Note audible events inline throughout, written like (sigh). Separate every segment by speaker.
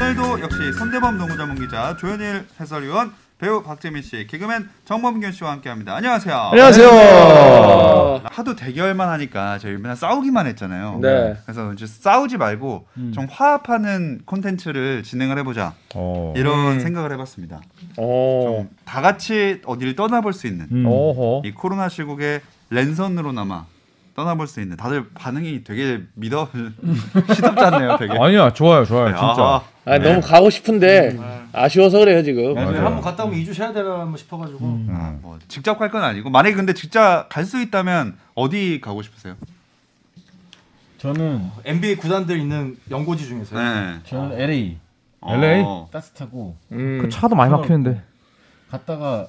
Speaker 1: 오늘도 역시 손대범 농구전문 기자 조현일 해설위원 배우 박재민 씨 개그맨 정범균 씨와 함께합니다. 안녕하세요.
Speaker 2: 안녕하세요.
Speaker 1: 하도 대결만 하니까 저희 맨날 싸우기만 했잖아요.
Speaker 2: 네.
Speaker 1: 그래서 이제 싸우지 말고 좀 화합하는 콘텐츠를 진행을 해보자
Speaker 3: 어.
Speaker 1: 이런
Speaker 2: 음.
Speaker 1: 생각을 해봤습니다.
Speaker 2: 오.
Speaker 1: 다 같이 어디를 떠나볼 수 있는
Speaker 3: 음.
Speaker 2: 어허.
Speaker 1: 이 코로나 시국에 랜선으로나마 떠나볼 수 있는 다들 반응이 되게 믿어 (laughs) 시덥잖네요. 되게
Speaker 3: 아니야 좋아요 좋아요
Speaker 1: 아,
Speaker 3: 진짜.
Speaker 2: 아 너무 가고 싶은데 아쉬워서 그래요 지금.
Speaker 4: 네.
Speaker 3: 맞아요.
Speaker 5: 네, 한번 갔다 오면 2주 쉬어야 되나 뭐 싶어가지고
Speaker 1: 아, 뭐 직접 갈 건 아니고 만약에 근데 직접 갈 수 있다면 어디 가고 싶으세요?
Speaker 6: 저는
Speaker 5: NBA 구단들 있는 연고지 중에서요.
Speaker 1: 네.
Speaker 6: 저는 LA
Speaker 3: LA?
Speaker 1: 어.
Speaker 6: 따뜻하고
Speaker 2: 음.
Speaker 3: 차도 많이 막히는데.
Speaker 6: 갔다가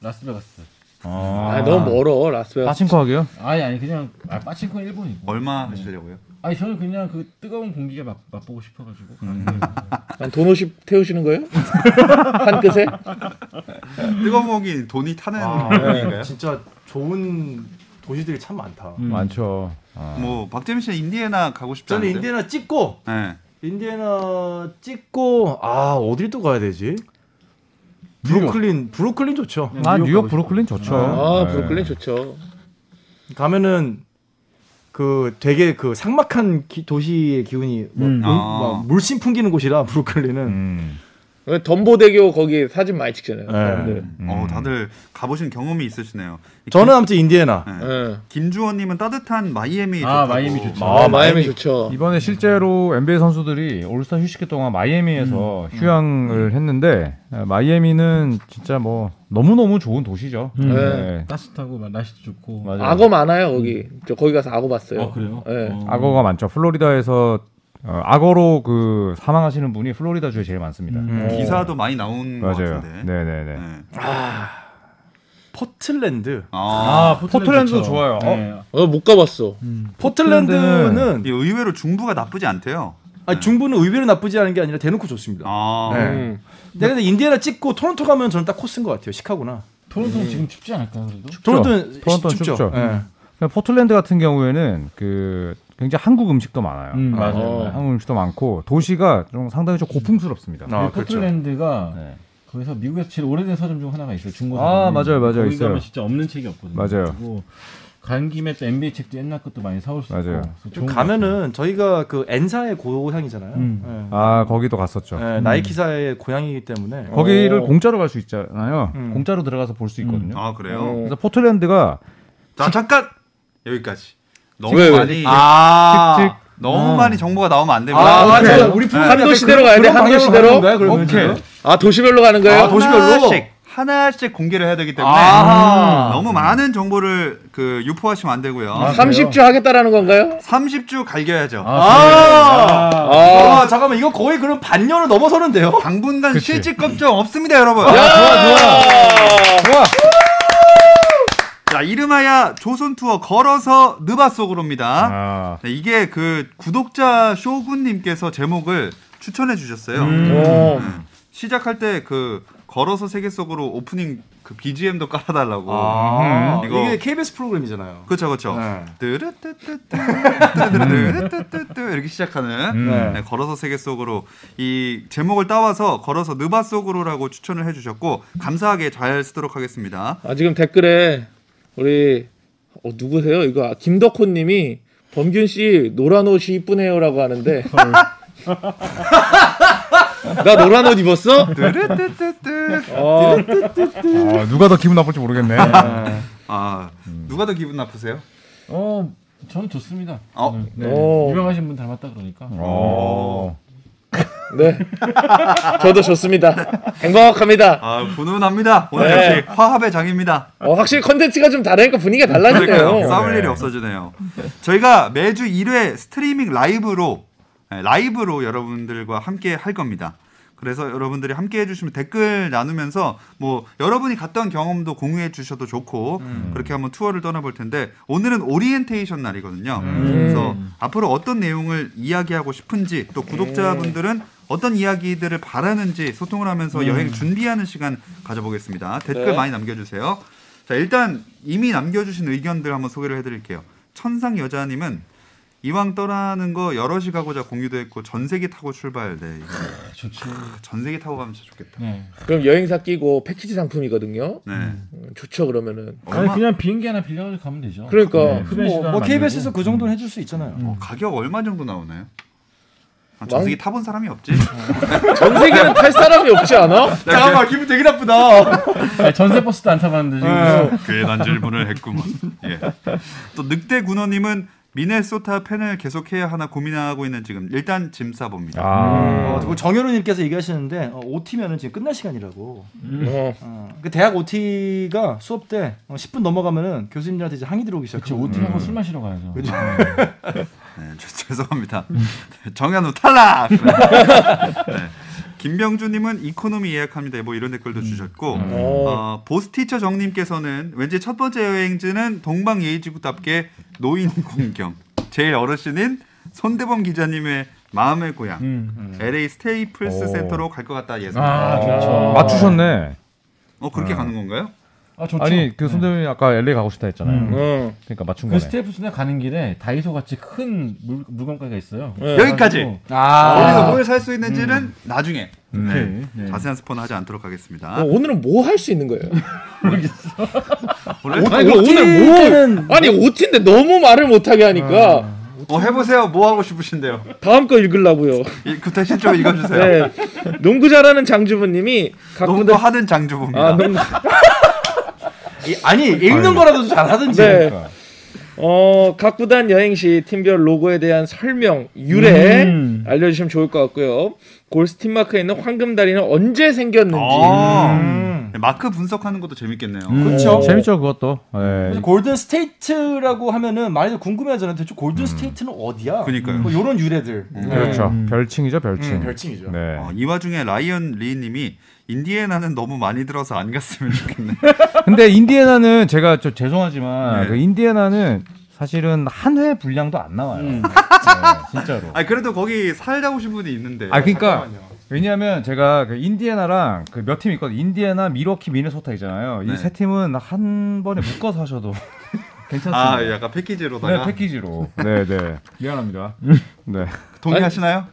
Speaker 6: 라스베가스.
Speaker 2: 아 너무 멀어 라스베가스.
Speaker 3: 빠친코 하게요?
Speaker 6: 아니 아니 그냥 아 빠친코 일본이고.
Speaker 1: 얼마 하시려고요?
Speaker 6: 아니 저는 그냥 그 뜨거운 공기가 맛, 맛보고 싶어가지고.
Speaker 3: 음,
Speaker 2: 아, 도넛이 태우시는 거예요? 한 끝에?
Speaker 1: 뜨거운 공기 돈이 타는
Speaker 5: 네, 진짜 좋은 도시들이 참 많다.
Speaker 3: 많죠. 아.
Speaker 1: 뭐 박재민 씨는 인디애나 가고 싶지
Speaker 5: 저는
Speaker 1: 않은데?
Speaker 5: 인디애나 찍고
Speaker 1: 네.
Speaker 5: 인디애나 찍고 아 어딜 또 가야 되지? 브루클린 브루클린 좋죠.
Speaker 3: 아 뉴욕 브루클린 좋죠.
Speaker 2: 아
Speaker 3: 네.
Speaker 2: 브루클린 좋죠.
Speaker 5: 가면은 그 되게 그 삭막한 기- 도시의 기운이 뭐 음,
Speaker 1: 아.
Speaker 5: 막 물씬 풍기는 곳이라 브루클린은
Speaker 3: 음.
Speaker 2: 왜 덤보대교 거기 사진 많이 찍잖아요.
Speaker 5: 네.
Speaker 2: 사람들.
Speaker 1: 어 다들 가보신 경험이 있으시네요. 이
Speaker 5: 저는 아무튼 인디애나
Speaker 1: 네.
Speaker 2: 예.
Speaker 1: 김주원님은 따뜻한 마이애미
Speaker 3: 음.
Speaker 6: 아,
Speaker 1: 좋다고.
Speaker 6: 마이애미 좋죠.
Speaker 2: 아, 마이애미 좋죠.
Speaker 3: 이번에 실제로 NBA 선수들이 올스타 휴식기 동안 마이애미에서 휴양을 했는데 아, 마이애미는 진짜 뭐 너무 너무 좋은 도시죠.
Speaker 2: 네.
Speaker 6: 따뜻하고 막 날씨도 좋고.
Speaker 3: 맞아요.
Speaker 2: 악어 많아요 거기. 저 거기 가서 악어 봤어요.
Speaker 6: 네. 아 그래요?
Speaker 2: 예.
Speaker 6: 어.
Speaker 3: 악어가 많죠. 플로리다에서 어, 악어로 그 사망하시는 분이 플로리다 주에 제일 많습니다. 음.
Speaker 1: 기사도 많이 나온 것
Speaker 3: 맞아요.
Speaker 1: 같은데.
Speaker 3: 네네네.
Speaker 1: 네.
Speaker 5: 포틀랜드
Speaker 1: 아,
Speaker 6: 아 포틀랜드
Speaker 3: 포틀랜드도
Speaker 6: 도 네.
Speaker 3: 좋아요.
Speaker 2: 어, 못 가봤어.
Speaker 5: 포틀랜드는
Speaker 1: 이 의외로 중부가 나쁘지 않대요.
Speaker 5: 아니, 중부는 의외로 나쁘지 않은 게 아니라 대놓고 좋습니다.
Speaker 1: 아,
Speaker 5: 네.
Speaker 2: 음.
Speaker 5: 근데, 근데 인디애나 찍고 토론토 가면 저는 딱 코스인 것 같아요. 시카고나.
Speaker 3: 음.
Speaker 6: 토론토는 지금 춥지 않을까 그래도?
Speaker 5: 토론토는
Speaker 3: 토론토는
Speaker 5: 시- 춥죠.
Speaker 3: 춥죠.
Speaker 5: 예.
Speaker 3: 음. 그러니까 포틀랜드 같은 경우에는 그 굉장히 한국 음식도 많아요.
Speaker 6: 음,
Speaker 3: 어,
Speaker 6: 맞아요.
Speaker 3: 네, 한국 음식도 많고 도시가 좀 상당히 좀 고풍스럽습니다.
Speaker 5: 아,
Speaker 6: 그
Speaker 5: 그렇죠.
Speaker 6: 포틀랜드가
Speaker 3: 네.
Speaker 6: 거기서 미국에서 제일 오래된 서점 중 하나가 있어요. 중고 서점.
Speaker 3: 아, 맞아요, 맞아요.
Speaker 6: 거기
Speaker 3: 있어요.
Speaker 6: 가면 진짜 없는 책이 없거든요.
Speaker 3: 맞아요.
Speaker 6: 그리고 간 김에 또 NBA 책도 옛날 것도 많이 사올 수
Speaker 3: 맞아요.
Speaker 6: 있고. 그래서 좋은 것
Speaker 5: 가면은 저희가 그 엔사의 고향이잖아요.
Speaker 6: 음.
Speaker 5: 예.
Speaker 3: 아 거기도 갔었죠.
Speaker 4: 네.
Speaker 5: 예, 나이키사의 고향이기 때문에
Speaker 3: 거기를
Speaker 2: 오.
Speaker 3: 공짜로 갈 수 있잖아요.
Speaker 5: 음.
Speaker 3: 공짜로 들어가서 볼 수 있거든요.
Speaker 1: 아 그래요?
Speaker 2: 어.
Speaker 3: 그래서 포틀랜드가
Speaker 1: 자 잠깐 여기까지. 너무
Speaker 2: 왜, 왜?
Speaker 1: 많이
Speaker 5: 아
Speaker 1: 틱틱. 너무 많이 정보가 나오면 안 됩니다.
Speaker 5: 아,
Speaker 2: 오케이.
Speaker 5: 맞아요. 우리 프로그램
Speaker 2: 한도 시대로 가야 돼. 한도 시대로.
Speaker 3: 오케이.
Speaker 2: 아 도시별로 가는 거예요?
Speaker 5: 아, 도시- 도시별로?
Speaker 1: 하나씩 하나씩 공개를 해야 되기 때문에 음.
Speaker 5: 아하.
Speaker 1: 너무 많은 정보를 그 유포하시면 안 되고요.
Speaker 2: 30주 하겠다라는 건가요?
Speaker 1: 30주 갈겨야죠.
Speaker 5: 아,
Speaker 2: 아.
Speaker 5: 아, 잠깐만 이거 거의 그럼 반년을
Speaker 1: 그-
Speaker 5: 넘어서는데요.
Speaker 1: 당분간 실직 걱정 없습니다, 여러분. 자, 이름하여 조선 투어 걸어서 느바 속으로입니다.
Speaker 3: 아,
Speaker 1: 네, 이게 그 구독자 쇼군님께서 제목을 추천해 주셨어요.
Speaker 2: 오.
Speaker 1: 시작할 때 그 걸어서 세계 속으로 오프닝 그 BGM도 깔아달라고.
Speaker 5: 아,
Speaker 1: 음.
Speaker 5: 이게
Speaker 1: 이거-
Speaker 5: KBS 프로그램이잖아요.
Speaker 1: 그렇죠, 그렇죠.
Speaker 5: 네.
Speaker 1: 뜨르뜨뜨뜨 뜨르뜨뜨뜨 이렇게 시작하는
Speaker 5: 네.
Speaker 1: 네, 걸어서 세계 속으로 이 제목을 따와서 걸어서 느바 속으로라고 추천을 해주셨고 감사하게 잘 쓰도록 하겠습니다.
Speaker 2: 아 지금 댓글에 우리 어, 누구세요? 이거 아, 김덕호님이 범균 씨 노란 옷이 이쁘네요라고 하는데 (laughs) 나 노란 옷 입었어?
Speaker 1: 뜨르뜨뜨뜨
Speaker 2: 어,
Speaker 3: 아, 누가 더 기분 나쁠지 모르겠네.
Speaker 1: 아 누가 더 기분 나쁘세요?
Speaker 6: 어, 저는 좋습니다.
Speaker 1: 어?
Speaker 6: 저는.
Speaker 2: 오.
Speaker 6: 유명하신 분 닮았다 그러니까.
Speaker 3: 어.
Speaker 2: 네. 저도 좋습니다. 행복합니다.
Speaker 1: 아 분운합니다. 오늘
Speaker 2: 네.
Speaker 1: 역시 화합의 장입니다.
Speaker 2: 어, 확실히 컨텐츠가 좀 다르니까 분위기가
Speaker 1: 그러니까요.
Speaker 2: 달라지네요.
Speaker 1: 싸울
Speaker 3: 네.
Speaker 1: 일이 없어지네요. 저희가 매주 1회 스트리밍 라이브로 네, 라이브로 여러분들과 함께 할 겁니다. 그래서 여러분들이 함께 해주시면 댓글 나누면서 뭐 여러분이 갔던 경험도 공유해 주셔도 좋고 그렇게 한번 투어를 떠나볼 텐데 오늘은 오리엔테이션 날이거든요. 그래서 앞으로 어떤 내용을 이야기하고 싶은지 또 구독자분들은 어떤 이야기들을 바라는지 소통을 하면서 여행 준비하는 시간 가져보겠습니다. 댓글
Speaker 2: 네.
Speaker 1: 많이 남겨주세요. 자 일단 이미 남겨주신 의견들 한번 소개를 해드릴게요. 천상 여자님은 이왕 떠나는 거 여럿이 가고자 공유도 했고 전세기 타고 출발. 네. 이거
Speaker 6: 아, 좋지.
Speaker 1: 전세기 타고 가면 진짜 좋겠다.
Speaker 6: 네.
Speaker 2: 그럼 여행사 끼고 패키지 상품이거든요.
Speaker 1: 네.
Speaker 2: 음, 좋죠 그러면은.
Speaker 6: 아니
Speaker 1: 얼마
Speaker 6: 그냥 비행기 하나 빌려가지고 가면 되죠.
Speaker 2: 그러니까
Speaker 6: 네. 흡연 시간
Speaker 4: 뭐
Speaker 6: 만들고.
Speaker 4: KBS에서 그 정도는 해줄 수 있잖아요.
Speaker 1: 어, 가격 얼마 정도 나오나요? 아, 전세기 타본 사람이 (laughs) 없지?
Speaker 2: 전 세계는 탈 사람이 없지 않아?
Speaker 1: 잠깐만 기분 되게 나쁘다.
Speaker 6: 아니, 전세 버스도 안 타봤는데 지금.
Speaker 1: (laughs) 괜한 질문을 했구먼. 예. 또 늑대 군어님은 미네소타 팬을 계속해야 하나 고민하고 있는 지금 일단 짐 싸봅니다.
Speaker 3: 아,
Speaker 4: 어, 그리고 정현우님께서 얘기하시는데 어, OT면은 지금 끝날 시간이라고.
Speaker 1: 음.
Speaker 2: 어.
Speaker 4: 어, 그 대학 OT가 수업 때 어, 10분 넘어가면은 교수님들한테 이제 항의 들어오기
Speaker 6: 그치
Speaker 4: 시작하고.
Speaker 6: 오팅하고 술 마시러 가야죠.
Speaker 1: 네, 죄- 죄송합니다. 정현우 탈락. 네. 김병주님은 이코노미 예약합니다. 뭐 이런 댓글도 주셨고
Speaker 2: 어.
Speaker 1: 어, 보스티처 정님께서는 왠지 첫 번째 여행지는 동방 예의지구답게 노인 공경. 제일 어르신인 손대범 기자님의 마음의 고향
Speaker 6: 음.
Speaker 1: LA 스테이플스
Speaker 3: 오.
Speaker 1: 센터로 갈 것 같다 예상.
Speaker 6: 아 좋죠.
Speaker 3: 맞추셨네.
Speaker 1: 어 그렇게 가는 건가요?
Speaker 6: 아 좋죠.
Speaker 3: 아니 그 손대범이 아까 LA 가고 싶다 했잖아요.
Speaker 6: 음.
Speaker 2: 어.
Speaker 3: 그러니까 맞춘
Speaker 6: 그
Speaker 3: 거네.
Speaker 6: 스테이플스나 가는 길에 다이소 같이 큰 물, 물건가게 있어요.
Speaker 2: 네.
Speaker 1: 여기까지. 어디서
Speaker 4: 아,
Speaker 1: 뭘 살 수 있는지는 나중에
Speaker 6: 네. 네.
Speaker 1: 자세한 스포는 하지 않도록 하겠습니다.
Speaker 2: 어, 오늘은 뭐 할 수 있는 거예요?
Speaker 1: 원래
Speaker 2: 오, 아니, 오늘 뭐? 아니 OT인데 너무 말을 못하게 하니까
Speaker 1: 어, 해보세요. 뭐 하고 싶으신데요?
Speaker 2: 다음 거
Speaker 4: (laughs)
Speaker 2: 읽으려고요.
Speaker 1: 이- 그 대신 좀 읽어주세요.
Speaker 2: 네. 농구 잘하는 장주부님이
Speaker 1: 농구
Speaker 2: 각분다
Speaker 1: 하는 장주부입니다.
Speaker 2: 아
Speaker 4: (laughs)
Speaker 2: 농구
Speaker 4: 이- 아니 읽는 거라도 잘 하든지.
Speaker 2: 네. 어, 각 구단 여행 시 팀별 로고에 대한 설명, 유래
Speaker 6: 음.
Speaker 2: 알려주시면 좋을 것 같고요. 골스 팀마크에 있는 황금 다리는 언제 생겼는지.
Speaker 1: 아,
Speaker 4: 음.
Speaker 1: 네, 마크 분석하는 것도 재밌겠네요.
Speaker 4: 그렇죠. 음.
Speaker 3: 재밌죠 그것도.
Speaker 4: 그래서
Speaker 3: 예.
Speaker 4: 골든 스테이트라고 하면은 많이들 궁금해하잖아요. 대체 골든 스테이트는 어디야?
Speaker 1: 그러니까요.
Speaker 4: 뭐 이런 유래들.
Speaker 3: 그렇죠. 별칭이죠 별칭.
Speaker 4: 음, 별칭이죠.
Speaker 3: 네.
Speaker 1: 어, 이 와중에 라이언 리님이 인디애나는 너무 많이 들어서 안 갔으면 좋겠네.
Speaker 3: 근데 인디애나는 제가 저 죄송하지만
Speaker 1: 네.
Speaker 3: 그 인디애나는 사실은 한 회 분량도 안 나와요.
Speaker 1: 음.
Speaker 3: 네, 진짜로.
Speaker 1: 아 그래도 거기 살다 오신 분이 있는데.
Speaker 3: 아 그러니까 왜냐하면 제가 그 인디애나랑 그 몇 팀 있거든. 요 인디애나, 미러키, 미네소타 있잖아요.
Speaker 1: 네.
Speaker 3: 이 세 팀은 한 번에 묶어서 하셔도 괜찮습니다.
Speaker 1: 아 약간 패키지로다가
Speaker 3: 네, 패키지로. 네, 네. 미안합니다. 네.
Speaker 1: 동의하시나요?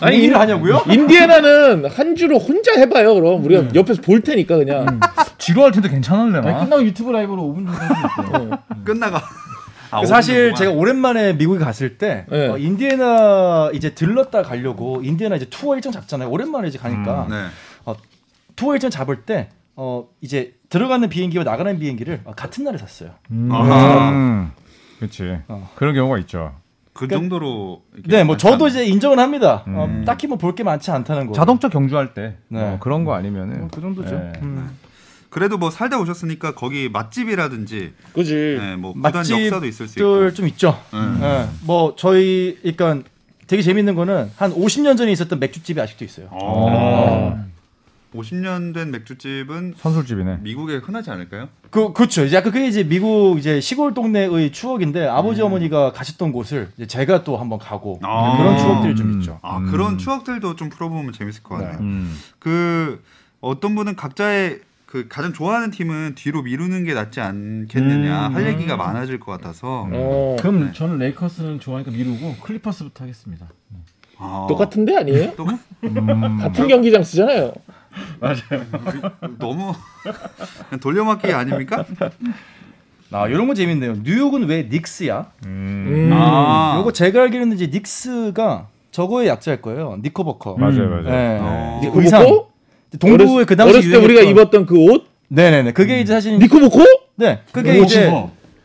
Speaker 2: 아니, (laughs) 인,
Speaker 4: 일을 하냐고요?
Speaker 2: 인디애나는 한 주로 혼자 해봐요, 그럼. 우리가
Speaker 4: 음.
Speaker 2: 옆에서 볼 테니까, 그냥.
Speaker 3: 지루할 텐데 괜찮을래?
Speaker 6: 아니,
Speaker 3: 나
Speaker 6: 끝나고 유튜브 라이브로 5분 정도 할수 있대요.
Speaker 1: 끝나가. 아,
Speaker 4: 그 사실
Speaker 1: 오시는구만.
Speaker 4: 제가 오랜만에 미국에 갔을 때
Speaker 2: 네.
Speaker 4: 어, 인디애나 이제 들렀다 가려고 인디애나 이제 투어 일정 잡잖아요. 오랜만에 이제 가니까
Speaker 1: 네.
Speaker 4: 투어 일정 잡을 때 어, 이제 들어가는 비행기와 나가는 비행기를 어, 같은 날에 샀어요.
Speaker 1: 아하.
Speaker 3: 음. 그렇지.
Speaker 4: 어.
Speaker 3: 그런 경우가 있죠.
Speaker 1: 그 정도로. 이렇게
Speaker 4: 네, 뭐 저도
Speaker 1: 많지
Speaker 4: 이제 인정을 합니다. 어,
Speaker 3: 음.
Speaker 4: 딱히 뭐 볼 게 많지 않다는 거.
Speaker 3: 자동차 경주할 때
Speaker 4: 네.
Speaker 3: 어, 그런 거 아니면은
Speaker 4: 어, 그 정도죠.
Speaker 3: 예.
Speaker 4: 음.
Speaker 1: 그래도 뭐 살다 오셨으니까 거기 맛집이라든지
Speaker 2: 그지.
Speaker 1: 네, 뭐 구단 역사도 있을 수 있고
Speaker 4: 맛집들 좀 있죠.
Speaker 1: 음.
Speaker 4: 예, 뭐 저희 그러니까 되게 재밌는 거는 한 50년 전에 있었던 맥주집이 아직도 있어요.
Speaker 3: 어.
Speaker 1: 50년 된 맥주집은
Speaker 3: 선술집이네.
Speaker 1: 미국에 흔하지 않을까요?
Speaker 4: 그 그렇죠. 이제 약간 그게 이제 미국 이제 시골 동네의 추억인데 아버지 어머니가 가셨던 곳을 이제 제가 또 한번 가고
Speaker 1: 아.
Speaker 4: 그런 추억들이 좀
Speaker 3: 음.
Speaker 4: 있죠.
Speaker 1: 아
Speaker 3: 음.
Speaker 1: 그런 추억들도 좀 풀어보면 재밌을 것 같네요.
Speaker 3: 음.
Speaker 1: 그 어떤 분은 각자의 그 가장 좋아하는 팀은 뒤로 미루는 게 낫지
Speaker 4: 음.
Speaker 1: 않겠느냐 할 얘기가 많아질 것 같아서
Speaker 2: 어.
Speaker 6: 그럼 저는 레이커스는 좋아하니까 미루고 클리퍼스부터 하겠습니다.
Speaker 1: 아,
Speaker 2: 똑같은데, 아니에요?
Speaker 1: 또-
Speaker 4: 음.
Speaker 2: 같은 경기장 쓰잖아요.
Speaker 1: 너무 그냥 돌려막기 아닙니까?
Speaker 4: 음. 아 이런 거 재밌네요. 뉴욕은 왜 닉스야?
Speaker 2: 음.
Speaker 1: 아
Speaker 4: 요거 제가 알기로는 이제 닉스가 저거의 약자일 거예요. 니커버커.
Speaker 3: 맞아요, 네.
Speaker 6: 음.
Speaker 3: 맞아요.
Speaker 4: 예.
Speaker 1: 어.
Speaker 4: 이제
Speaker 2: 니코모코?
Speaker 4: 의상. 동부의
Speaker 2: 어렸-
Speaker 4: 그 당시
Speaker 2: 어렸을 때 우리가
Speaker 4: 유행했던-
Speaker 2: 입었던 그 옷?
Speaker 4: 네네네. 그게 이제 사실
Speaker 2: 니코모코?
Speaker 4: 네. 그게 이제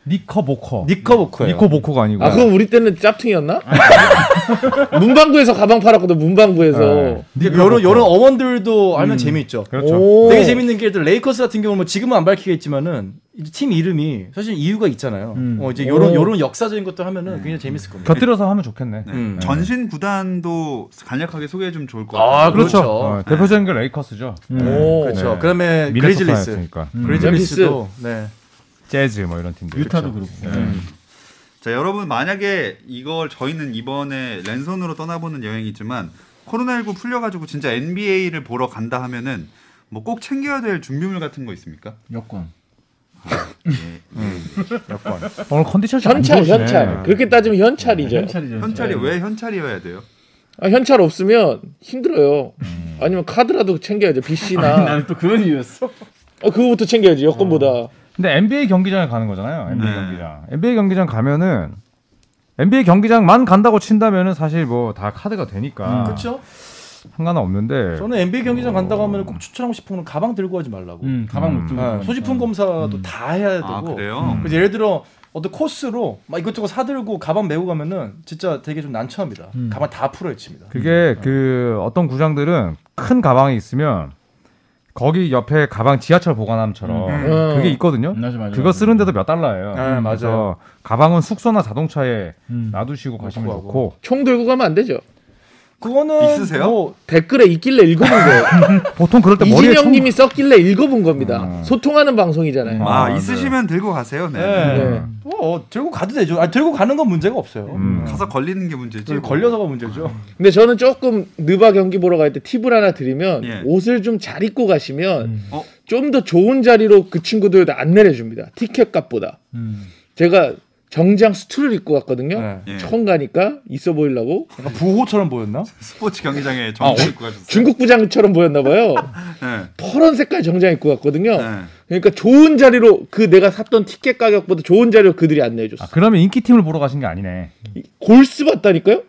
Speaker 3: 니커보커.
Speaker 4: 니커버커예요.
Speaker 3: 니커보커가 아니고.
Speaker 2: 아, 그건 우리 때는 짭퉁이었나? (laughs) 문방구에서 가방 팔았거든, 문방구에서.
Speaker 4: 이런 이런 네, 어원들도 알면 재미있죠.
Speaker 3: 네. 그렇죠.
Speaker 2: 오.
Speaker 4: 되게 재밌는 게 일단 레이커스 같은 경우는 뭐 지금은 안 밝히겠지만은 이제 팀 이름이 사실 이유가 있잖아요. 어 이제 요런
Speaker 2: 오.
Speaker 4: 요런 역사적인 것도 하면은 굉장히 재밌을 겁니다.
Speaker 3: 곁들여서 하면 좋겠네.
Speaker 1: 네.
Speaker 4: 음.
Speaker 1: 전신 구단도 간략하게 소개해 주면 좋을 것 같아요.
Speaker 4: 그렇죠.
Speaker 3: 어, 대표적인 게 레이커스죠.
Speaker 2: 오.
Speaker 4: 그렇죠.
Speaker 3: 네.
Speaker 4: 그다음에 그레이즐리스.
Speaker 3: 미네소타였으니까. 음.
Speaker 4: 그레이즐리스도 네.
Speaker 3: 재즈 뭐 이런 팀들. 네.
Speaker 6: 유타도 그렇고.
Speaker 1: 자 여러분 만약에 이걸 저희는 이번에 랜선으로 떠나보는 여행이지만 코로나19 풀려가지고 진짜 NBA를 보러 간다 하면은 뭐 꼭 챙겨야 될 준비물 같은 거 있습니까?
Speaker 6: 여권.
Speaker 3: 여권. 오늘 컨디션 좀안
Speaker 2: 현찰
Speaker 3: 좋으시네. 네,
Speaker 2: 현찰 그렇게 따지면 현찰이죠.
Speaker 6: 현찰이죠.
Speaker 1: 현찰이 왜 현찰이어야 돼요?
Speaker 2: 아, 현찰 없으면 힘들어요.
Speaker 3: 음.
Speaker 2: 아니면 카드라도 챙겨야죠. BC나
Speaker 6: 아, 나는 또 그런 이유였어.
Speaker 2: 어, 그거부터 챙겨야지
Speaker 3: 어.
Speaker 2: 여권보다.
Speaker 3: 근데 NBA 경기장에 가는 거잖아요. NBA
Speaker 1: 네.
Speaker 3: 경기장. NBA 경기장 가면은 NBA 경기장만 간다고 친다면은 사실 뭐 다 카드가 되니까
Speaker 4: 그렇죠?
Speaker 3: 상관은 없는데
Speaker 4: 저는 NBA 경기장 간다고 하면 꼭 추천하고 싶은 건 가방 들고 하지 말라고.
Speaker 6: 음, 가방 못 들고.
Speaker 4: 아,
Speaker 6: 가니까.
Speaker 4: 소지품 검사도 다 해야 되고.
Speaker 1: 아 그래요?
Speaker 3: 음.
Speaker 4: 그래서 예를 들어 어떤 코스로 막 이것저것 사들고 가방 메고 가면은 진짜 되게 좀 난처합니다. 가방 다 풀어헤칩니다.
Speaker 3: 그게 그 어떤 구장들은 큰 가방이 있으면 거기 옆에 가방 지하철 보관함처럼
Speaker 2: 음.
Speaker 3: 그게 있거든요.
Speaker 6: 맞아, 맞아.
Speaker 3: 그거 쓰는데도 몇 달러예요.
Speaker 4: 네,
Speaker 3: 그래서 가방은 숙소나 자동차에
Speaker 6: 음.
Speaker 3: 놔두시고 가시면
Speaker 4: 구하고.
Speaker 3: 좋고
Speaker 2: 총 들고 가면 안 되죠.
Speaker 4: 그거는
Speaker 1: 있으세요?
Speaker 4: 뭐
Speaker 2: 댓글에 있길래 읽어본 거예요.
Speaker 3: 네. 보통 그럴 때 아, 머리에 총
Speaker 2: 이진영님이 썼길래 읽어본 겁니다.
Speaker 3: 음.
Speaker 2: 소통하는 방송이잖아요.
Speaker 1: 아,
Speaker 3: 아, 네.
Speaker 1: 있으시면 들고 가세요. 네.
Speaker 4: 네.
Speaker 2: 네.
Speaker 4: 뭐, 어, 들고 가도 되죠. 아, 들고 가는 건 문제가 없어요.
Speaker 3: 음.
Speaker 1: 가서 걸리는 게 문제지. 뭐.
Speaker 4: 저기 네, 걸려서가 문제죠.
Speaker 2: 근데 저는 조금 느바 경기 보러 갈 때 팁을 하나 드리면
Speaker 1: 예.
Speaker 2: 옷을 좀 잘 입고 가시면
Speaker 3: 음.
Speaker 1: 어?
Speaker 2: 좀 더 좋은 자리로 그 친구들도 안 내려줍니다. 티켓 값보다.
Speaker 3: 음.
Speaker 2: 제가 정장 스투를 입고 갔거든요.
Speaker 4: 네.
Speaker 1: 예.
Speaker 2: 처음 가니까 있어 보이려고
Speaker 4: 약간 부호처럼 보였나?
Speaker 1: 스포츠 경기장에 정장 입고 가셨어요.
Speaker 2: 중국 부장처럼
Speaker 1: (laughs)
Speaker 2: 보였나 봐요.
Speaker 1: 네.
Speaker 2: 파란 색깔 정장 입고 갔거든요.
Speaker 1: 네.
Speaker 2: 그러니까 좋은 자리로 그 내가 샀던 티켓 가격보다 좋은 자리로 그들이 안 내줬어.
Speaker 3: 아, 그러면 인기 팀을 보러 가신 게 아니네.
Speaker 2: 골스 봤다니까요?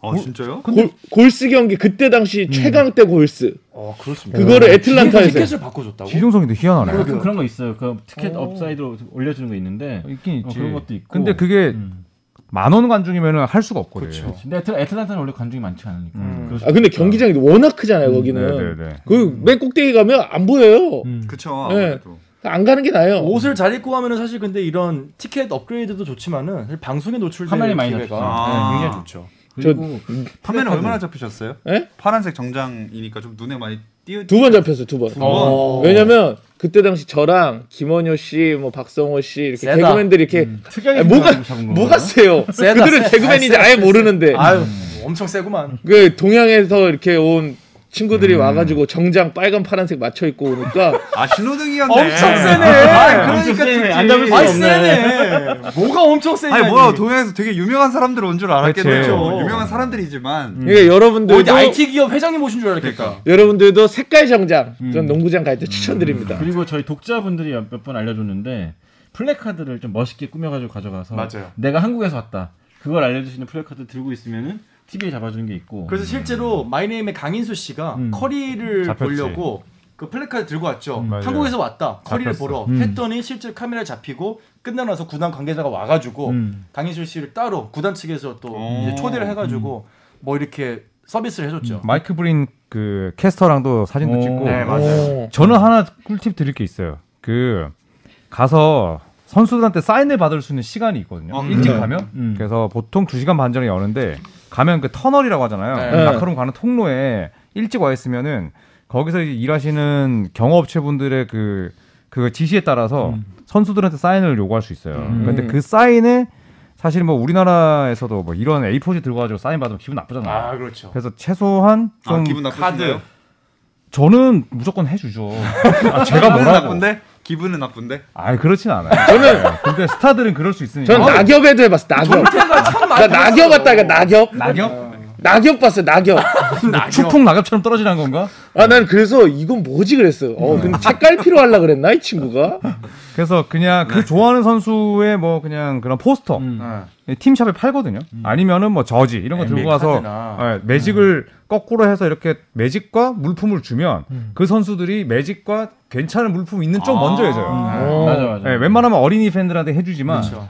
Speaker 1: 어 진짜요?
Speaker 2: 골, 골스 경기 그때 당시
Speaker 3: 음.
Speaker 2: 최강 때 골스.
Speaker 4: 어, 그렇습니다.
Speaker 2: 그거를
Speaker 4: 뒤에서
Speaker 2: 애틀란타에서
Speaker 4: 티켓을 바꿔줬다고?
Speaker 3: 지중성이도 희한하네.
Speaker 6: 그리고 그- 그런 거 있어요. 그 티켓 업사이드로 올려주는 거 있는데
Speaker 3: 있긴 있지.
Speaker 6: 어, 그런 것도 있고.
Speaker 3: 근데 그게
Speaker 6: 음.
Speaker 3: 만 원 관중이면은 할 수가 없거든요.
Speaker 6: 근데 애틀, 애틀란타는 원래 관중이 많지 않으니까.
Speaker 4: 음.
Speaker 6: 그래서-
Speaker 2: 아 근데 경기장이 워낙 크잖아요
Speaker 3: 네,
Speaker 2: 거기는.
Speaker 3: 네, 네.
Speaker 2: 그 맨 꼭대기 가면 안 보여요.
Speaker 6: 음.
Speaker 1: 그쵸
Speaker 2: 네.
Speaker 1: 아무래도.
Speaker 2: 안 가는 게 나아요.
Speaker 4: 옷을 잘 입고 가면은 사실 근데 이런 티켓 업그레이드도 좋지만은 사실 방송에 노출될
Speaker 6: 화면이 많이
Speaker 4: 기회가
Speaker 6: 잡히죠.
Speaker 1: 아.
Speaker 4: 네, 굉장히 좋죠.
Speaker 6: 그리고
Speaker 1: 판매는 얼마나 잡히셨어요?
Speaker 2: 예?
Speaker 1: 파란색 정장이니까 좀 눈에 많이 띄어.
Speaker 2: 두 번 잡혔어요 두 번.
Speaker 4: 어.
Speaker 2: 왜냐면 그때 당시 저랑 김원효 씨, 뭐 박성호 씨 이렇게
Speaker 4: 세다.
Speaker 2: 개그맨들이 이렇게
Speaker 6: 음. 특이하게
Speaker 2: 아니, 뭐가-
Speaker 6: 잡은 거예요.
Speaker 2: 뭐가 세요.
Speaker 4: (laughs) 세다,
Speaker 2: 그들은
Speaker 4: 세.
Speaker 2: 개그맨인지
Speaker 4: 아,
Speaker 2: 아예 모르는데
Speaker 4: 아유, 엄청 세구만.
Speaker 2: 그 동양에서 이렇게 온 친구들이
Speaker 6: 음.
Speaker 2: 와가지고 정장 빨간 파란색 맞춰 입고 오니까
Speaker 1: 아 신호등이었네.
Speaker 4: 엄청 세네.
Speaker 1: 아,
Speaker 6: 엄청
Speaker 1: 그러니까
Speaker 6: 세네.
Speaker 1: 특히.
Speaker 6: 안 잡을 수가
Speaker 4: 아이
Speaker 6: 없네.
Speaker 4: 세네. 뭐가 엄청 세냐?
Speaker 1: 아니 뭐야 동양에서 되게 유명한 사람들 온 줄 알았겠네요.
Speaker 3: 그치.
Speaker 1: 유명한 사람들이지만
Speaker 6: 음.
Speaker 2: 그러니까
Speaker 4: 뭐
Speaker 2: 여러분들도
Speaker 4: 어디 IT 기업 회장님 오신 줄 알았겠다.
Speaker 2: 여러분들도 색깔 정장 전 농구장 갈 때 추천드립니다.
Speaker 6: 음. 그리고 저희 독자분들이 몇 번 알려줬는데 플래카드를 좀 멋있게 꾸며가지고 가져가서
Speaker 4: 맞아요.
Speaker 6: 내가 한국에서 왔다 그걸 알려주시는 플래카드 들고 있으면은 TV에 잡아주는 게 있고
Speaker 4: 그래서 실제로 마이네임의 강인수 씨가
Speaker 6: 음.
Speaker 4: 커리를
Speaker 3: 어. 잡혔지. 음,
Speaker 4: 보려고 그 플래카드 들고 왔죠.
Speaker 3: 맞아요.
Speaker 4: 한국에서 왔다. 커리를
Speaker 3: 잡혔어.
Speaker 4: 보러
Speaker 6: 음.
Speaker 4: 했더니 실제 카메라 잡히고 끝나고 나서 구단 관계자가 와가지고
Speaker 6: 음.
Speaker 4: 강인수 씨를 따로 구단 측에서 또
Speaker 1: 오.
Speaker 4: 이제 초대를 해가지고
Speaker 3: 음.
Speaker 4: 뭐 이렇게 서비스를 해줬죠.
Speaker 3: 마이크 브린 그 캐스터랑도 사진도
Speaker 6: 오.
Speaker 3: 찍고.
Speaker 6: 네,
Speaker 2: 오.
Speaker 3: 저는 하나 꿀팁 드릴 게 있어요. 그 가서 선수들한테 사인을 받을 수 있는 시간이 있거든요.
Speaker 1: 어,
Speaker 3: 일찍
Speaker 1: 네.
Speaker 3: 가면.
Speaker 6: 음.
Speaker 3: 그래서 보통 2시간 반 전에 여는데 가면 그 터널이라고 하잖아요.
Speaker 4: 네.
Speaker 3: 그 마카롱 가는 통로에 일찍 와 있으면은 거기서 이제 일하시는 경업체분들의 그 그 지시에 따라서
Speaker 1: 음.
Speaker 3: 선수들한테 사인을 요구할 수 있어요. 근데 그 사인에 사실 뭐 우리나라에서도 뭐 이런 A4지 들고 가지고 사인 받으면 기분 나쁘잖아요.
Speaker 4: 아 그렇죠.
Speaker 3: 그래서 최소한 좀
Speaker 1: 아 기분 나쁘신가요?
Speaker 3: 저는 무조건
Speaker 1: (laughs)
Speaker 3: 해주죠. 아, 제가
Speaker 1: 기분은
Speaker 3: 뭐라고?
Speaker 1: 나쁜데? 기분은 나쁜데?
Speaker 3: 아 그렇진 않아요. 저는 근데 스타들은 그럴 수 있으니까. 아,
Speaker 2: 전 낙엽에도 해봤어 낙엽. 나 낙엽 봤다니까 그러니까 낙엽.
Speaker 3: 낙엽?
Speaker 2: 낙엽 봤어 낙엽.
Speaker 3: 추풍 낙엽처럼 떨어지는 건가?
Speaker 2: 아, 난 그래서 이건 뭐지 그랬어. 어,
Speaker 1: 음.
Speaker 2: 근데 책갈피로 하려 그랬나 이 친구가?
Speaker 1: 어.
Speaker 3: 그래서 그냥 그 좋아하는 선수의 뭐 그냥 그런 포스터 예, 팀샵에 팔거든요. 아니면은 뭐 저지 이런 거
Speaker 4: NBA
Speaker 3: 들고 가서
Speaker 4: 카드나.
Speaker 3: 예, 매직을 거꾸로 해서 이렇게 매직과 물품을 주면 그 선수들이 매직과 괜찮은 물품 있는 쪽 먼저 해줘요.
Speaker 2: 어.
Speaker 6: 맞아 맞아
Speaker 3: 예, 웬만하면 어린이 팬들한테 해주지만
Speaker 4: 그렇죠.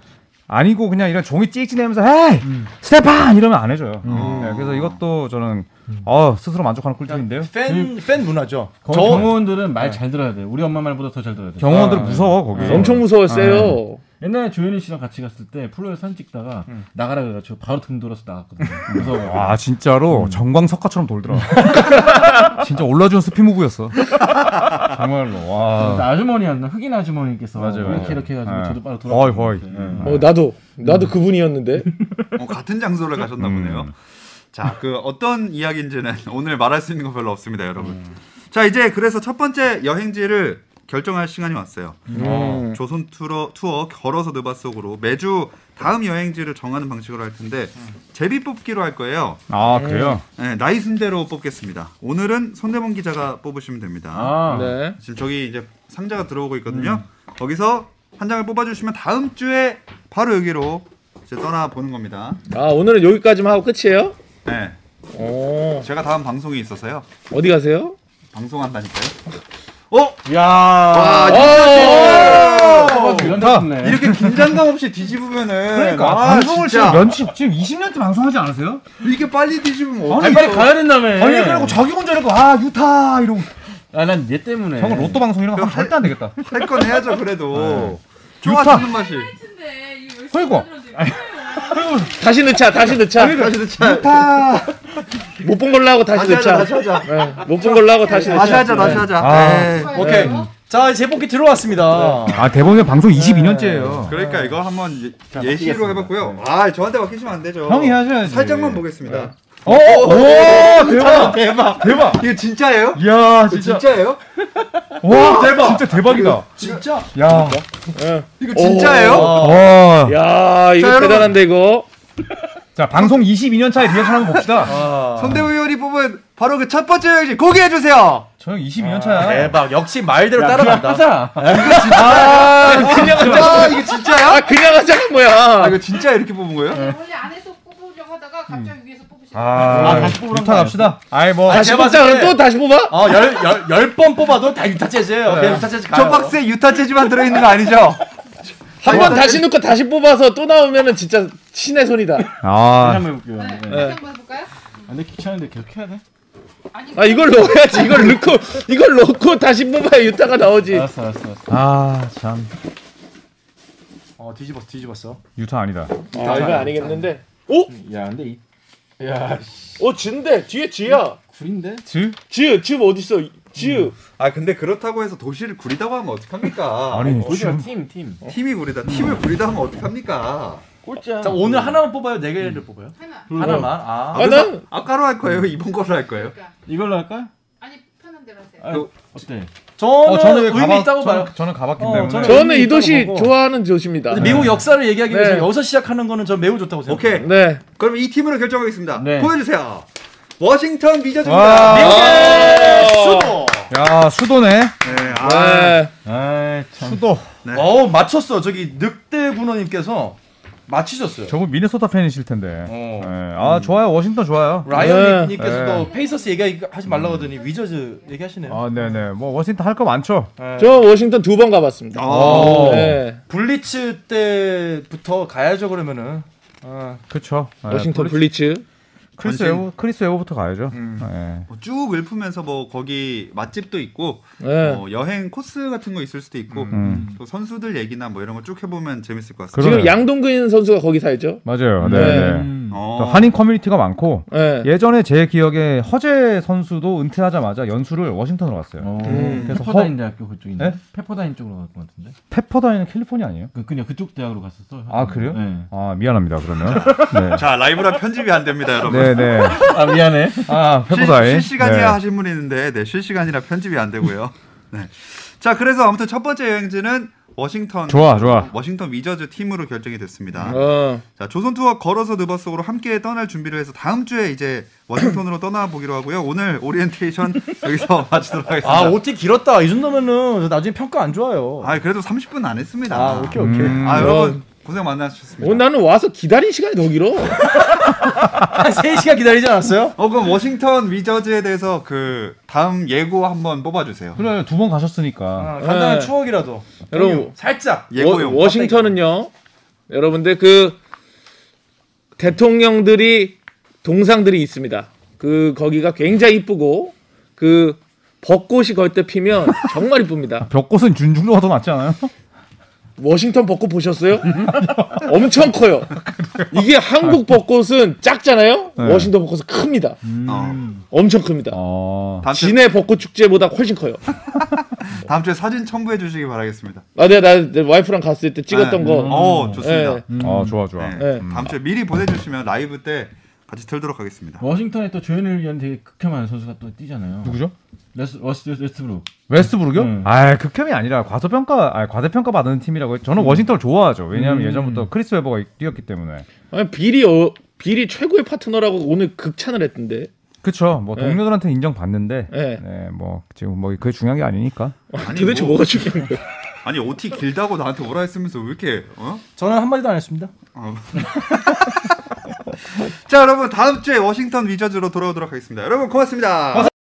Speaker 3: 아니고 그냥 이런 종이 찍찍내면서 헤이 스테판 이러면 안 해줘요. 네, 그래서 이것도 저는 어, 스스로 만족하는 꿀팁인데요.
Speaker 4: 팬,
Speaker 3: 음.
Speaker 4: 팬 문화죠.
Speaker 6: 거기
Speaker 4: 저
Speaker 3: 뭐
Speaker 6: 경호원들은
Speaker 4: 네.
Speaker 6: 말잘 들어야 돼 우리 엄마 말보다 더 잘 들어야 돼
Speaker 3: 경호원들 무서워 거기.
Speaker 2: 엄청 무서웠어요.
Speaker 6: 옛날에 조현희 씨랑 같이 갔을 때 플로에 사진 찍다가
Speaker 4: 음.
Speaker 6: 나가라 그래가지고 바로 등 돌아서 나갔거든요 무서워
Speaker 3: 음. 와 아, 진짜로
Speaker 1: 음.
Speaker 3: 정광석화처럼
Speaker 1: (laughs)
Speaker 3: 돌더라. 진짜 올라준 스피무브였어. 정말로
Speaker 6: 근데
Speaker 3: 와.
Speaker 6: 아주머니였나 흑인 아주머니께서
Speaker 3: 맞아요,
Speaker 6: 왜
Speaker 3: 맞아요.
Speaker 6: 이렇게 이렇게 해가지고
Speaker 3: 네.
Speaker 6: 저도 바로
Speaker 3: 허이
Speaker 6: 돌아서
Speaker 3: 허이. 음.
Speaker 2: 어, 나도 나도 그분이었는데.
Speaker 1: 어, 같은 장소를 가셨나 보네요. 자, 그 어떤 (laughs) 이야기인지는 오늘 말할 수 있는 거 별로 없습니다, 여러분. 자, 이제 그래서 첫 번째 여행지를 결정할 시간이 왔어요.
Speaker 2: 음.
Speaker 1: 조선 투어, 투어 걸어서 느바 속으로 매주 다음 여행지를 정하는 방식으로 할 텐데 제비 뽑기로 할 거예요.
Speaker 3: 아 그래요?
Speaker 1: 네, 나이 순대로 뽑겠습니다. 오늘은 손대범 기자가 뽑으시면 됩니다.
Speaker 6: 아,
Speaker 2: 네.
Speaker 1: 지금 저기 이제 상자가 들어오고 있거든요.
Speaker 3: 음.
Speaker 1: 거기서 한 장을 뽑아주시면 다음 주에 바로 여기로 이제 떠나 보는 겁니다.
Speaker 2: 아 오늘은 여기까지만 하고 끝이에요?
Speaker 1: 네,
Speaker 2: 어
Speaker 1: 제가 다음 방송이 있어서요.
Speaker 2: 어디 가세요?
Speaker 1: 방송한다니까요. 어? 아,
Speaker 5: 야.
Speaker 3: 어!
Speaker 1: 와,
Speaker 6: 연습네
Speaker 1: 이렇게 긴장감 없이 뒤집으면은
Speaker 3: 그러니까,
Speaker 1: 아,
Speaker 3: 방송을
Speaker 1: 진짜
Speaker 3: 연습 지금 20년째 방송하지 않으세요?
Speaker 1: 이렇게 빨리 뒤집으면
Speaker 6: 아니,
Speaker 1: 어떡해?
Speaker 6: 빨리 가야 된다며.
Speaker 1: 네.
Speaker 3: 아니 그리고 자기 혼자 이렇게 아 유타 이러고
Speaker 6: 아, 난 얘 때문에.
Speaker 3: 저건 로또 방송 이런 거 하면 절대 안 되겠다.
Speaker 1: 할 건 해야죠 그래도. 좋아
Speaker 3: 네. 유타.
Speaker 1: 듣는 맛이. 네.
Speaker 3: 그리고
Speaker 2: 다시 넣자 다시 넣자
Speaker 1: 다시 듣자.
Speaker 3: 유타
Speaker 2: 못 본 걸로 하고
Speaker 3: 아,
Speaker 2: 다시
Speaker 1: 다시 하자, 다시
Speaker 2: 넣자
Speaker 1: 하자.
Speaker 2: 못 본 걸로 하고 다시
Speaker 1: 다시
Speaker 2: 넣자
Speaker 1: 하자, 다시 하자.
Speaker 3: 네.
Speaker 1: 네.
Speaker 3: 아.
Speaker 1: 에이.
Speaker 4: 오케이. 자, 이제 뽑기 들어왔습니다.
Speaker 1: 네.
Speaker 3: 아 대본에 방송 22년째예요.
Speaker 1: 그러니까 이거 한번 예- 예시로 해봤고요. 아 저한테 맡기시면 안 되죠.
Speaker 3: 네. 형이 해야지. 네.
Speaker 1: 살짝만 보겠습니다.
Speaker 3: 오, 오 대박
Speaker 1: 대박.
Speaker 3: 대박.
Speaker 1: 이거 진짜예요?
Speaker 3: 이야
Speaker 1: 이거
Speaker 3: 진짜
Speaker 1: 진짜예요?
Speaker 3: 와 대박 진짜 대박이다.
Speaker 1: 진짜?
Speaker 3: 야.
Speaker 1: 이거 진짜예요?
Speaker 3: 와.
Speaker 2: 야 이거
Speaker 1: 자, 여러분.
Speaker 2: 대단한데 이거
Speaker 3: 자 방송 22년 차에 리액션 한번
Speaker 1: 어.
Speaker 3: 봅시다.
Speaker 1: 손대부 의원이 뽑은 바로 그 첫 번째 여행지 공개해 주세요.
Speaker 3: 저 형 22년
Speaker 6: 아, 네.
Speaker 3: 차야.
Speaker 5: 대박. 역시 말대로 따라간다.
Speaker 1: 아 이거 진짜야?
Speaker 2: 아 그냥 하자는
Speaker 1: 아
Speaker 2: 뭐야
Speaker 1: 이거 진짜 이렇게 뽑은 거예요?
Speaker 7: 원래 안에서 뽑으려고 하다가 갑자기 위에서 뽑으시는
Speaker 3: 아 유타 갑시다. 아이 뭐
Speaker 2: 다시
Speaker 5: 제가
Speaker 2: 뽑자
Speaker 5: 봤을
Speaker 2: 그럼
Speaker 5: 때-
Speaker 2: 또 다시 뽑아?
Speaker 5: 어, 열, 열, 열 번 뽑아도 다 유타 재즈예요.
Speaker 3: 네.
Speaker 5: 그냥 유타 재즈 가요.
Speaker 1: 저 박스에 유타 재즈만 들어있는 거 아니죠?
Speaker 2: 한 번 다시 넣고 다시 뽑아서 또 나오면은 진짜 신의 손이다
Speaker 3: 아,
Speaker 6: 한번 해볼게요. 네.
Speaker 7: 거예요. 다시 한번 해볼까요?
Speaker 6: 아, 근데 귀찮은데 계속 해야 돼?
Speaker 7: 아니,
Speaker 2: 아 이걸 넣어야지 이걸 넣고 이걸 넣고 다시 뽑아야 유타가 나오지
Speaker 6: 알았어, 알았어, 알았어.
Speaker 3: 아, 참.
Speaker 5: 어, 뒤집었어, 뒤집었어.
Speaker 3: 유타 아니다.
Speaker 2: 아 이건 아니겠는데
Speaker 6: 야, 근데 이
Speaker 2: 어 진데 뒤에 지야
Speaker 6: 굴인데?
Speaker 3: 즈?
Speaker 2: 지읒 지읒 어딨어 지읒
Speaker 1: 아 근데 그렇다고 해서 도시를 구리다고 하면 어떡합니까?
Speaker 3: 아니,
Speaker 6: 우리가
Speaker 3: 지금
Speaker 6: 팀, 팀.
Speaker 1: 팀이 구리다 팀을 구리다 하면 어떡합니까?
Speaker 6: 어, 꼴찌야.
Speaker 5: 자, 오늘 하나만 뽑아요. 네 개를 뽑아요.
Speaker 7: 하나.
Speaker 5: 하나만. 아.
Speaker 1: 어,
Speaker 2: 아 난
Speaker 1: 아까로 할 거예요? 이번 거로 할 거예요?
Speaker 7: 그러니까.
Speaker 6: 이걸로 할까?
Speaker 7: 아니, 편한 대로 하세요.
Speaker 6: 아,
Speaker 1: 그-
Speaker 6: 어때?
Speaker 5: 저는,
Speaker 3: 왜
Speaker 5: 의미 있다고 봐요.
Speaker 3: 저는, 저는 가봤기
Speaker 5: 어,
Speaker 3: 때문에.
Speaker 5: 저는-
Speaker 2: 저는 이
Speaker 5: 있다고
Speaker 2: 도시
Speaker 5: 보고.
Speaker 2: 좋아하는 도시입니다
Speaker 5: 그래서 미국 역사를 얘기하기
Speaker 2: 네.
Speaker 5: 위해서 여기서 시작하는 거는 전 매우 좋다고 생각해요.
Speaker 1: 오케이
Speaker 2: 네
Speaker 1: 그럼 이 팀으로 결정하겠습니다
Speaker 6: 네.
Speaker 1: 보여주세요 워싱턴 미저주입니다
Speaker 3: 와.
Speaker 5: 미국의 수도.
Speaker 3: 야, 수도네.
Speaker 1: 네, 아,
Speaker 2: 네.
Speaker 6: 아, 참.
Speaker 3: 수도.
Speaker 1: 네.
Speaker 5: 어우, 맞췄어. 저기 늑대 군호님께서 맞히셨어요.
Speaker 3: 저거 미네소타 팬이실 텐데.
Speaker 5: 어.
Speaker 3: 예, 아, 좋아요. 워싱턴 좋아요.
Speaker 2: 네.
Speaker 5: 라이언님께서도 페이서스 얘기하지 말라고 하더니 위저즈 얘기하시네요.
Speaker 3: 아, 네네. 뭐, 워싱턴 할 거 많죠.
Speaker 5: 네.
Speaker 2: 저 워싱턴 두 번 가봤습니다
Speaker 1: 아. 어,
Speaker 3: 오.
Speaker 4: 어.
Speaker 2: 네.
Speaker 5: 어, 블리츠 때부터 가야죠 그러면은. 아,
Speaker 3: 그쵸. 예,
Speaker 2: 워싱턴
Speaker 3: 블리-
Speaker 2: 블리츠
Speaker 3: 크리스
Speaker 1: 전신.
Speaker 3: 웨어, 크리스 웨어부터 가야죠. 예.
Speaker 1: 뭐쭉 읊으면서 뭐 거기 맛집도 있고
Speaker 2: 네.
Speaker 1: 뭐 여행 코스 같은 거 있을 수도 있고
Speaker 3: 음.
Speaker 1: 또 선수들 얘기나 뭐 이런 거 쭉 해보면 재밌을 것 같습니다.
Speaker 3: 그럼- 그러네요.
Speaker 2: 지금 양동근 선수가 거기 살죠
Speaker 3: 맞아요. 네.
Speaker 2: 네.
Speaker 6: 음.
Speaker 3: 네.
Speaker 1: 어.
Speaker 3: 또 한인 커뮤니티가 많고.
Speaker 2: 네.
Speaker 3: 예전에 제 기억에 허재 선수도 은퇴하자마자 연수를 워싱턴으로 갔어요.
Speaker 6: 어,
Speaker 2: 음.
Speaker 6: 그래서
Speaker 3: 허-
Speaker 6: 페퍼다인 대학교 그쪽인데
Speaker 3: 네?
Speaker 6: 페퍼다인 쪽으로 갈 것 같은데
Speaker 3: 페퍼다이는 캘리포니아 아니에요?
Speaker 6: 그, 그냥 그쪽 대학으로 갔었어
Speaker 3: 아, 그래요?
Speaker 6: 네.
Speaker 3: 아 미안합니다 (laughs) 그러면
Speaker 1: 자 라이브라 편집이 안 됩니다,
Speaker 3: (laughs)
Speaker 1: 여러분.
Speaker 3: 네네 네.
Speaker 6: 아 미안해
Speaker 3: 아
Speaker 1: 실-
Speaker 3: 페퍼다이
Speaker 1: 실시간이야
Speaker 3: 네.
Speaker 1: 하신 분이 있는데 네 실시간이라 편집이 안 되고요. 네. 자 그래서 아무튼 첫 번째 여행지는 워싱턴
Speaker 3: 좋아 좋아
Speaker 1: 워싱턴 위저즈 팀으로 결정이 됐습니다.
Speaker 3: 음.
Speaker 2: 어.
Speaker 1: 자 조선 투어 걸어서 느바 속으로 함께 떠날 준비를 해서 다음 주에 이제 워싱턴으로 떠나보기로 하고요. 오늘
Speaker 3: (laughs)
Speaker 1: 오리엔테이션 여기서 마치도록 하겠습니다.
Speaker 5: 아
Speaker 1: 아,
Speaker 5: OT 길었다. 이 정도면은 저 나중에 평가 안 좋아요.
Speaker 1: 그래도 30분 안 했습니다.
Speaker 5: 아, 오케이 오케이.
Speaker 3: 음.
Speaker 1: 아, 여러분 고생 많으셨습니다.
Speaker 2: 어, 나는 와서 기다린 시간이 더 길어
Speaker 5: 한 3시간 기다리지 않았어요?
Speaker 1: 어 그럼 워싱턴 위저즈에 대해서 그 다음 예고 한번 뽑아주세요.
Speaker 3: 그래 두 번 가셨으니까
Speaker 5: 아, 간단한
Speaker 2: 네.
Speaker 5: 추억이라도.
Speaker 2: 여러분
Speaker 5: 살짝.
Speaker 1: 예고용.
Speaker 2: 워, 싱턴은요 여러분들 그 대통령들이 동상들이 있습니다. 그 거기가 굉장히 이쁘고 그 벚꽃이 걸 때 피면 (laughs) 정말 이쁩니다.
Speaker 3: 벽꽃은 준중로가 더 낫지 않아요?
Speaker 2: 워싱턴 벚꽃 보셨어요? (laughs) 엄청 커요. 이게 한국 벚꽃은 작잖아요.
Speaker 3: 네.
Speaker 2: 워싱턴 벚꽃은 큽니다.
Speaker 1: 어.
Speaker 2: 엄청 큽니다.
Speaker 3: (laughs) 어
Speaker 1: 다음 주
Speaker 2: 진해 벚꽃 축제보다 훨씬 커요.
Speaker 1: 다음 주에 사진 첨부해 주시기 바라겠습니다.
Speaker 2: 아, 내가 나, 내 와이프랑 갔을 때
Speaker 1: 네.
Speaker 2: 찍었던 거.
Speaker 1: 어 좋습니다.
Speaker 2: 네.
Speaker 3: 아, 좋아 좋아
Speaker 1: 네.
Speaker 2: 네.
Speaker 1: 다음 주에 미리 보내주시면 라이브 때 같이 틀도록 하겠습니다.
Speaker 6: 워싱턴에 또 조현일 위원 되게 극혐하는 선수가 또 뛰잖아요
Speaker 3: 누구죠?
Speaker 6: 레스 워스 웨스트브룩.
Speaker 3: 웨스트브룩이요?
Speaker 6: 음.
Speaker 3: 아 극혐이 아니라 과소평가, 아 과대평가 받는 팀이라고. 해요. 저는 워싱턴을 좋아하죠. 왜냐하면
Speaker 6: 음.
Speaker 3: 예전부터 크리스 웨버가 뛰었기 때문에.
Speaker 2: 아니, 빌이 어, 빌이 최고의 파트너라고 오늘 극찬을 했던데.
Speaker 3: 그쵸. 뭐
Speaker 2: 네.
Speaker 3: 동료들한테 인정받는데.
Speaker 2: 예.
Speaker 3: 네, 뭐 지금 뭐 그게 중요한 게 아니니까.
Speaker 1: 아니,
Speaker 2: 도대체
Speaker 1: 뭐-
Speaker 2: 뭐가 중요한 거야?
Speaker 1: 아니 OT 길다고 나한테 오라 했으면서 왜 이렇게 어?
Speaker 4: 저는 한마디도 안 했습니다.
Speaker 1: 자 여러분 다음 주에 워싱턴 위저즈로 돌아오도록 하겠습니다. 여러분 고맙습니다.